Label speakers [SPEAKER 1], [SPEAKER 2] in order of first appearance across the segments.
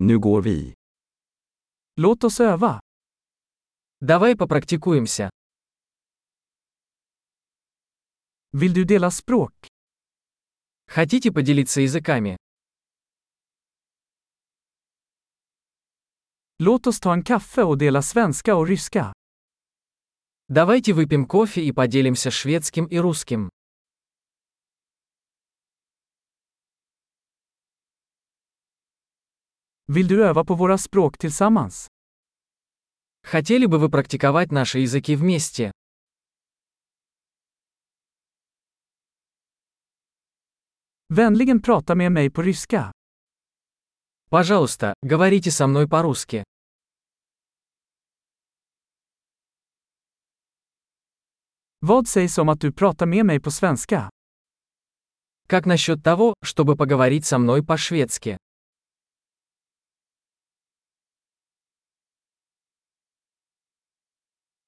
[SPEAKER 1] Nu går vi.
[SPEAKER 2] Låt oss öva.
[SPEAKER 3] Давай попрактикуемся.
[SPEAKER 2] Vill du dela språk?
[SPEAKER 3] Хотите поделиться языками?
[SPEAKER 2] Låt oss ta en kaffe och dela svenska och ryska.
[SPEAKER 3] Давайте выпьем кофе и поделимся шведским и русским.
[SPEAKER 2] Vill du öva på våra språk tillsammans?
[SPEAKER 3] Хотели бы вы практиковать наши языки вместе?
[SPEAKER 2] Vänligen prata med mig på ryska.
[SPEAKER 3] Пожалуйста, говорите со мной по-русски.
[SPEAKER 2] Vad sägs om att du pratar med mig på svenska?
[SPEAKER 3] Как насчет того, чтобы поговорить со мной по-шведски?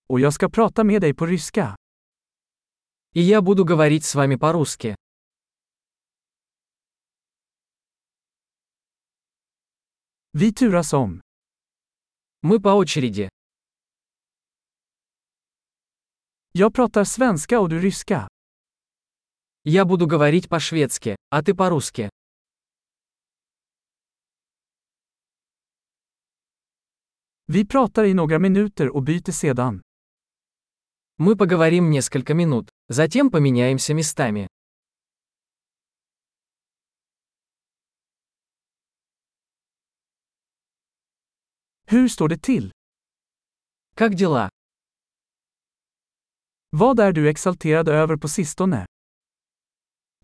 [SPEAKER 2] Och jag ska prata med dig på ryska.
[SPEAKER 3] И я буду говорить с вами по-русски.
[SPEAKER 2] Vi turas om.
[SPEAKER 3] Мы по очереди.
[SPEAKER 2] Jag pratar svenska och du ryska.
[SPEAKER 3] Я буду говорить по-шведски, а ты по-русски.
[SPEAKER 2] Vi pratar i några minuter och byter sedan.
[SPEAKER 3] Мы поговорим несколько минут, затем поменяемся местами.
[SPEAKER 2] Hur står det till?
[SPEAKER 3] Как дела?
[SPEAKER 2] Vad är du exalterad över på sistone?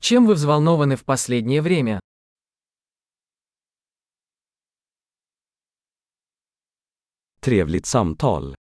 [SPEAKER 3] Чем вы взволнованы в последнее время?
[SPEAKER 1] Trevligt samtal.